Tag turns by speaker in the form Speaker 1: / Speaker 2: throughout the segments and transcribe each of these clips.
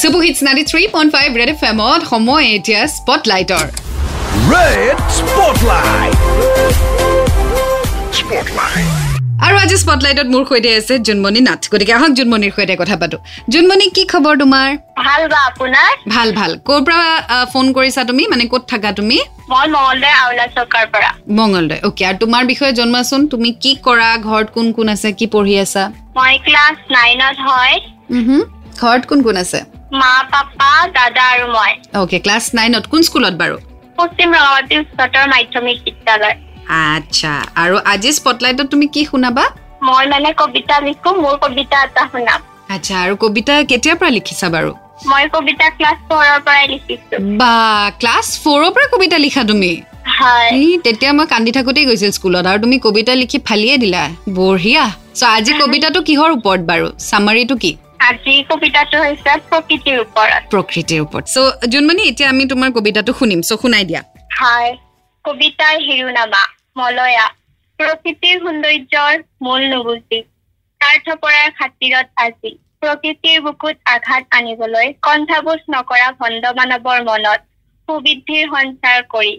Speaker 1: Super hits ninety three point five red F এমত সময় এতিয়া স্পটলাইটৰ
Speaker 2: Red Spotlight. Spotlight.
Speaker 1: আৰু আজি স্পটলাইটত মোৰ সৈতে আছে জোনমণি নাথ গতিকে আহক জোনমণিৰ সৈতে কথা পাতো জোনমণি কি খবৰ তোমাৰ
Speaker 3: ভাল বা আপোনাৰ
Speaker 1: ভাল ভাল ক'ৰ পৰা ফোন কৰিছা তুমি মানে ক'ত থাকা তুমি
Speaker 3: মই মঙলদৈ আউলা চৌকাৰ পৰা
Speaker 1: মংগলদৈ অ'কে আৰু তোমাৰ বিষয়ে জনোৱাচোন তুমি কি কৰা ঘৰত কোন কোন আছে কি পঢ়ি আছা
Speaker 3: মই ক্লাছ নাইনত হয়
Speaker 1: উহু, ঘৰত কোন কোন আছে
Speaker 3: মা পাপা দাদা আৰু মই
Speaker 1: অ'কে ক্লাছ নাইনত কোন স্কুলত বাৰু
Speaker 3: পশ্চিম ৰঙামাটি উচ্চতৰ মাধ্যমিক বিদ্যালয়
Speaker 1: আচ্ছা আৰু আজি স্পটলাইটত তুমি কি শুনাবা
Speaker 3: মই মানে কবিতা লিখো মোৰ কবিতা এটা শুনাম
Speaker 1: আচ্ছা আৰু কবিতা কেতিয়াৰ পৰা লিখিছা বাৰু
Speaker 3: মই কবিতা ক্লাছ ফ'ৰৰ পৰাই লিখিছো
Speaker 1: বা ক্লাছ ফ'ৰৰ পৰা কবিতা লিখা তুমি
Speaker 3: হয়
Speaker 1: এই, তেতিয়া মই কান্দি থাকোতেই গৈছিল স্কুলত আৰু তুমি কবিতা লিখি ফালিয়ে দিলা বঢ়িয়া চ' আজি কবিতাটো কিহৰ ওপৰত বাৰু চামাৰিটো কি
Speaker 3: আজি কবিতাটো হৈছে প্ৰকৃতিৰ ওপৰত
Speaker 1: প্ৰকৃতিৰ ওপৰত চ' জোনমণি এতিয়া আমি তোমাৰ কবিতাটো শুনিম চ' শুনাই দিয়া
Speaker 3: হয় কবিতাৰ শিৰোনামা মলয়া প্ৰকৃতিৰ সৌন্দৰ্যৰ মূল নুবুজি স্বাৰ্থপৰাৰ খাতিৰত আজি প্ৰকৃতিৰ বুকুত আঘাত আনিবলৈ কণ্ঠাবোধ নকৰা ভণ্ড মানৱৰ মনত সুবৃদ্ধিৰ সঞ্চাৰ কৰি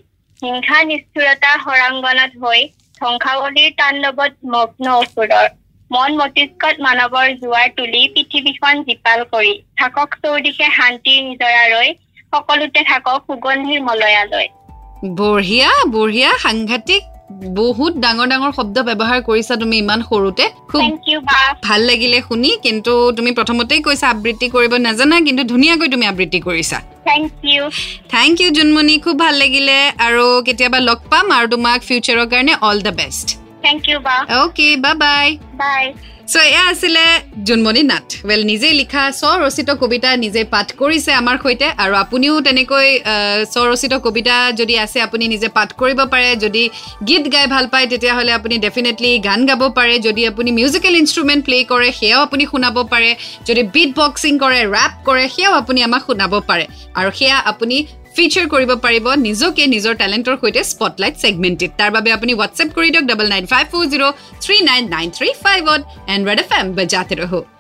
Speaker 3: হিংসা নিষ্ঠুৰতাৰ সৰাংগনত হৈ ধ্বংসাৱলীৰ তাণ্ডৱত মগ্ন অসুৰৰ মন মতিষ্কত মানৱৰ জোৱাৰ তুলি পৃথিৱীখন জীপাল কৰি থাকক চৌদিশে শান্তিৰ নিজৰা ৰৈ সকলোতে থাকক সুগন্ধিৰ মলয়ালৈ
Speaker 1: বঢ়িয়া বঢ়িয়া সাংঘাতিক বহুত ডাঙৰ ডাঙৰ শব্দ ব্যৱহাৰ কৰিছা তুমি ইমান সৰুতে খুব
Speaker 3: থেংক ইউ বা
Speaker 1: ভাল লাগিলে শুনি কিন্তু তুমি প্ৰথমতেই কৈছা আবৃত্তি কৰিব নাজানা কিন্তু ধুনীয়াকৈ তুমি আবৃত্তি কৰিছা
Speaker 3: thank you
Speaker 1: thank you Jonmoni খুব ভাল লাগিলে আৰু কেতিয়াবা লগ পাম আৰু তোমাক ফিউচাৰৰ কাৰণে all the best
Speaker 3: thank you বা
Speaker 1: অ'কে বা বাই
Speaker 3: বাই
Speaker 1: চ' এয়া আছিলে জোনমণি নাথ ৱেল নিজেই লিখা স্বৰচিত কবিতা নিজে পাঠ কৰিছে আমাৰ সৈতে আৰু আপুনিও তেনেকৈ আহ, স্বৰচিত কবিতা যদি আছে আপুনি নিজে পাঠ কৰিব পাৰে যদি গীত গাই ভাল পায় তেতিয়াহ'লে আপুনি ডেফিনেটলি গান গাব পাৰে যদি আপুনি মিউজিকেল ইনষ্ট্ৰুমেণ্ট প্লে কৰে সেয়াও আপুনি শুনাব পাৰে যদি বিট বক্সিং কৰে ৰেপ কৰে সেয়াও আপুনি আমাক শুনাব পাৰে আৰু সেয়া আপুনি ফিচাৰ কৰিব পাৰিব নিজকে নিজৰ টেলেণ্টৰ সৈতে স্পটলাইট ছেগমেণ্টেড তাৰ বাবে আপুনি হোৱাটছএপ কৰি দিয়ক double nine five four zero' three nine nine three ফাইভত এণ্ড ৰেড এফ এম বজাতে ৰহ